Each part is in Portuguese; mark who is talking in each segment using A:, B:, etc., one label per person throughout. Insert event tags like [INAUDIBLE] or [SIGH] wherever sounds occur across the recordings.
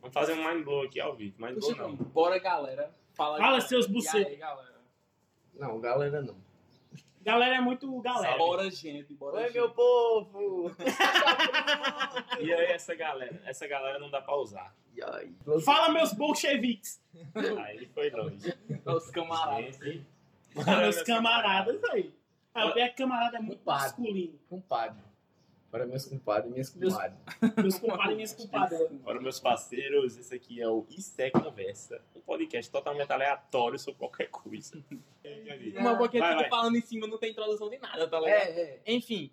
A: Vamos fazer um mind blow aqui ao vivo. Mind blow
B: Puxa,
A: não.
B: É Bora, galera. Fala,
C: Fala,
B: galera.
C: seus
B: E
C: buceta.
B: aí, galera.
D: Não, galera não.
C: Galera é muito galera.
B: Bora, gente. Bora, gente.
D: povo!
A: E aí essa galera? Essa galera não dá pra
C: [LAUGHS]
A: usar.
D: E aí?
C: Fala,
A: [LAUGHS]
C: meus bolcheviques.
A: Aí foi longe.
B: Os camaradas.
A: Esse-
C: Fala, meus camaradas aí. Ah, o Beck camarada é muito
D: Compadre.
C: masculino.
D: Compadre. Para meus compadres e minhas
B: Meus-
D: comadres.
C: Meus compadres e minhas
A: [LAUGHS]
C: compadres.
A: Bora, meus parceiros. Esse aqui é o Isso é Conversa. Um podcast totalmente aleatório sobre qualquer coisa.
B: Mas porque
A: Vai,
B: tu
A: vai.
B: falando em cima não tem introdução de nada, tá ligado?
D: É, é.
B: Enfim,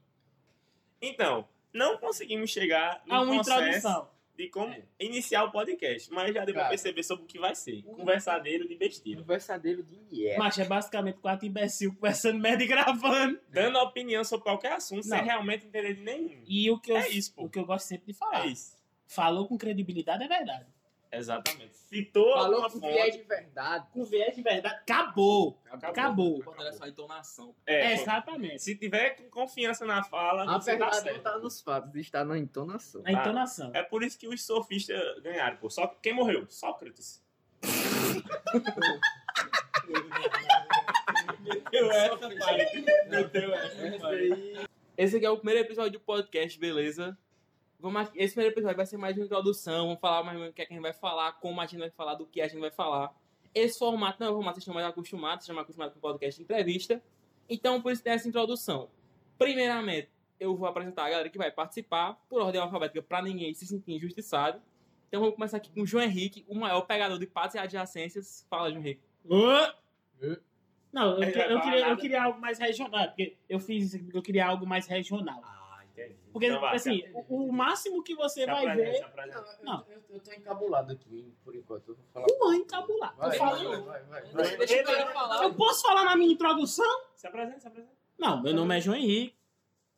A: Então, não conseguimos chegar
C: Há
A: no
C: uma
A: um processo
C: introdução. É.
A: de como iniciar o podcast, mas já deu pra
D: Cara.
A: perceber sobre o que vai ser. Conversadeiro de besteira.
D: Conversadeiro de yeah.
C: Macho, é basicamente quatro imbecil conversando merda e gravando.
A: Dando opinião sobre qualquer assunto sem
C: Uhum. Não.
A: realmente entender de nenhum.
C: E o que eu,
A: É isso, pô.
C: o que eu gosto sempre de
A: É
C: falar.
A: isso.
C: Falou com credibilidade é verdade.
A: Exatamente. Citou
D: Falou
A: uma
D: que
A: fonte.
D: é de verdade.
C: Com viés de verdade, acabou.
D: Acabou.
C: Acabou.
B: o importante é só a entonação.
A: É, pô,
C: Exatamente.
A: se tiver com confiança na fala,
D: A
A: você tá
D: verdade não
A: certo.
D: tá nos fatos, está na entonação.
C: A entonação.
A: É por isso que os sofistas ganharam, pô. Só quem morreu? Sócrates.
B: Meteu essa, pai. Meteu essa, Esse aqui é o primeiro episódio do podcast, beleza? Vamos aqui- Esse primeiro episódio vai ser mais uma introdução, vamos falar mais ou menos o que, é que a gente vai falar, como a gente vai falar, do que a gente vai falar. Esse formato não é um formato que vocês estão mais acostumados, vocês estão mais acostumados com podcast de entrevista. Então, por isso tem essa introdução. Primeiramente, eu vou apresentar a galera que vai participar, por ordem alfabética, pra ninguém se sentir injustiçado. Então, vamos começar aqui com o João Henrique, o maior pegador de patos e adjacências. Fala, João Henrique.
C: Ô!
D: Hã?
C: Não, eu,
A: Ele vai
C: eu
A: falar
C: queria, eu
A: nada.
C: queria algo mais regional, porque eu fiz, eu queria algo mais regional.
A: Ah, entendi.
C: Porque,
A: Então vai, Tá
C: assim,
A: se-
C: o, o máximo que você
A: se
C: vai
A: apresenta, se
C: ver
A: apresenta.
D: Não, eu-
C: Não.
D: Eu, eu tô encabulado aqui, hein, por enquanto. Eu vou falar.
C: o mãe encabular.
D: Vai,
C: Eu,
D: vai,
C: falo-
D: vai, vai, vai,
B: Deixa,
D: vai.
B: deixa o cara falar.
C: eu posso falar na minha introdução?
A: Se apresenta, se apresenta.
C: Não, meu nome é João Henrique,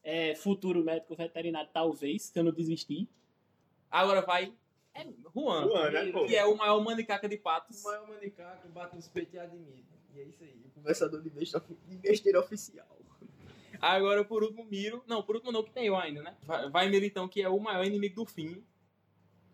C: é futuro médico veterinário, talvez, se eu não desistir.
B: Agora vai. É Juan.
A: Juan, né, pô?
B: Que é o maior manicaca de patos.
D: O maior manicaco bate nos peitos e admira. E é isso aí. O conversador de besta- de besteira oficial.
B: Agora, por último, Miro. Não, por último não, que tem eu ainda, né? Vai, vai Miro, então, que é o maior inimigo do fim.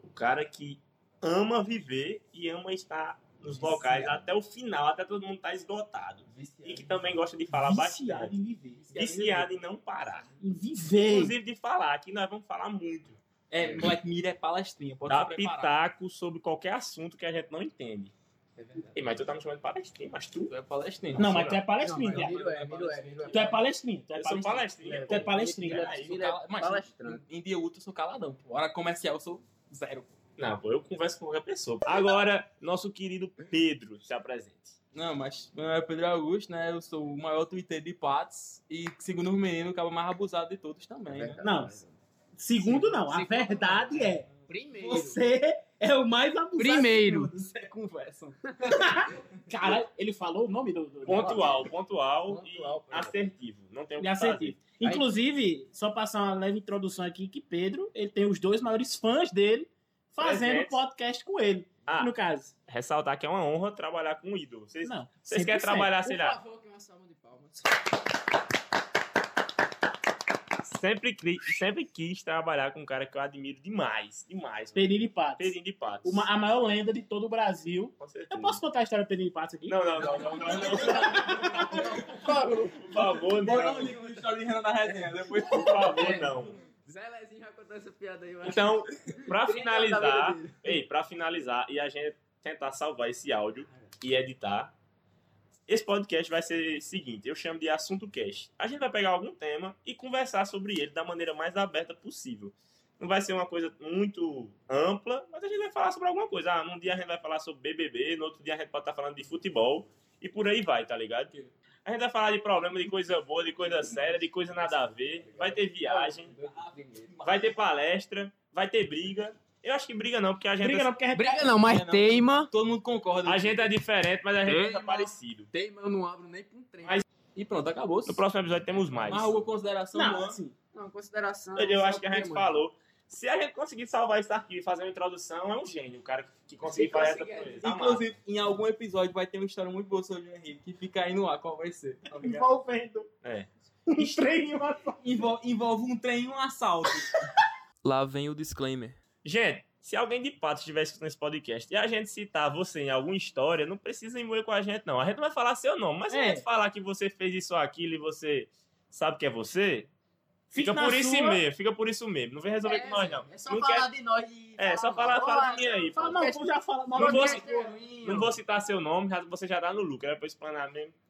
A: O cara que ama viver e ama estar nos locais até o final, até todo mundo tá esgotado.
D: Viciado.
A: E que também gosta de falar
C: Viciado
A: bastante.
C: em viver.
A: Viciado em não parar.
C: Em viver.
A: Inclusive de falar, que nós vamos falar muito.
B: É, moleque, Miro é palestrinha. Pode
A: Dá
B: se preparar.
A: pitaco sobre qualquer assunto que a gente não entende.
D: É verdade.
A: Ei, mas tu tá me chamando de palestrinho, mas tu.
B: Tu é palestrinha.
C: Não, mas tu é
D: Não, mas
C: palestrinha.
D: Miro é, Miro é, Miro é.
C: Tu é palestrinha. Tu é
A: Eu sou
C: palestrinha.
A: palestrinho.
C: Tu é palestrinha.
A: Aí,
B: Sou
D: Miro é
B: cala- mas-
D: palestrante.
B: Em dia útil, eu sou caladão. Pô. Hora comercial, eu sou zero.
A: Não, pô, eu converso com qualquer pessoa. Agora, nosso querido Pedro se apresente.
B: Não, mas meu nome é Pedro Augusto, né? Eu sou o maior twitter de patos. E, segundo os meninos, acaba mais abusado de todos também,
D: É
B: né?
C: Não. Segundo, não. A
B: Segundo,
C: verdade é,
D: Primeiro.
C: você é o mais abusado.
B: Primeiro. Você conversa.
C: [LAUGHS] Cara, ele falou o nome do. do
A: Pontual, pontual,
C: é
D: Pontual,
A: e
D: pô.
A: assertivo. Não tem o
C: Ele
A: que
C: é assertivo.
A: fazer.
C: Inclusive, só passar uma leve introdução aqui que Pedro, ele tem os dois maiores fãs dele fazendo
A: Presentes.
C: podcast com ele.
A: Ah.
C: No caso.
A: Ressaltar que é uma honra trabalhar com um ídolo. Vocês,
C: Não.
A: vocês
C: 100%.
A: querem trabalhar, sei lá,
D: favor, que é uma salva de palmas.
A: sempre, cri- sempre quis trabalhar com um cara que eu admiro demais, demais. mano.
C: Perini Patos.
A: Pedrinho de Patos.
C: Uma, a maior lenda de todo o Brasil.
A: Com certeza.
C: Eu posso contar a história do Perini Patos aqui?
A: Não, não, não, não, não, não. Por favor,
B: Bora não
A: não.
B: liga no história de Renan da resenha. Depois
A: Por favor, não.
D: Zé Lezinho já contou essa piada aí, eu acho.
A: Então, pra
D: Ele tá na
A: finalizar,
D: vida dele.
A: ei, pra finalizar e a gente tentar salvar esse áudio e editar, esse podcast vai ser o seguinte, eu chamo de assunto cast. A gente vai pegar algum tema e conversar sobre ele da maneira mais aberta possível. Não vai ser uma coisa muito ampla, mas a gente vai falar sobre alguma coisa. Ah, num dia a gente vai falar sobre BBB, no outro dia a gente pode estar falando de futebol e por aí vai, tá ligado? A gente vai falar de problema, de coisa boa, de coisa séria, de coisa nada a ver. Vai ter viagem, Vai ter palestra, vai ter briga. Eu acho que briga não, porque a gente, é
C: Briga não, porque a gente-
D: Briga não, mas
B: Briga não.
D: teima.
B: Todo mundo concorda.
A: a gente é diferente, mas a gente
D: Briga
A: é
D: não.
A: parecido.
D: Teima, eu não abro nem pra um trem.
A: Mas-
B: E pronto, acabou.
A: No próximo episódio temos mais.
B: Mais alguma consideração
C: Não,
B: Luan?
C: assim,
D: Não, consideração. é
A: Eu acho que a
D: Só
A: gente
D: teima.
A: falou. Se a gente conseguir salvar isso aqui e fazer uma introdução, é um gênio, o cara que, que conseguir
D: Se
A: fazer essa
D: conseguir,
A: coisa. Tá Inclusive,
B: Inclusive, em algum episódio vai ter uma história muito boa sobre o Henrique, que fica aí no ar, qual vai ser? Tá ligado?
C: envolvendo.
A: É.
C: Um trem e uma
B: Envol- envolve um trem e um assalto. Lá vem o disclaimer.
A: gente, Se alguém de pato estiver escutando esse podcast e a gente citar você em alguma história, não precisa ir com a gente, não. A gente não vai falar seu nome, mas se a
C: É.
A: gente falar que você fez isso ou aquilo e você sabe que é você,
C: Fique
A: fica
C: na
A: por isso
C: sua.
A: mesmo, fica por isso mesmo. Não vem resolver com nós, não.
D: É só
A: não
D: falar de nós e.
A: É, só falar, fala de mim
D: então.
A: aí. pô.
C: Fala, não, como já fala,
A: Não vou-
C: mal
D: Podcast
A: Não vou citar seu nome, já- você já dá no tá lucro. Era pra eu explanar mesmo.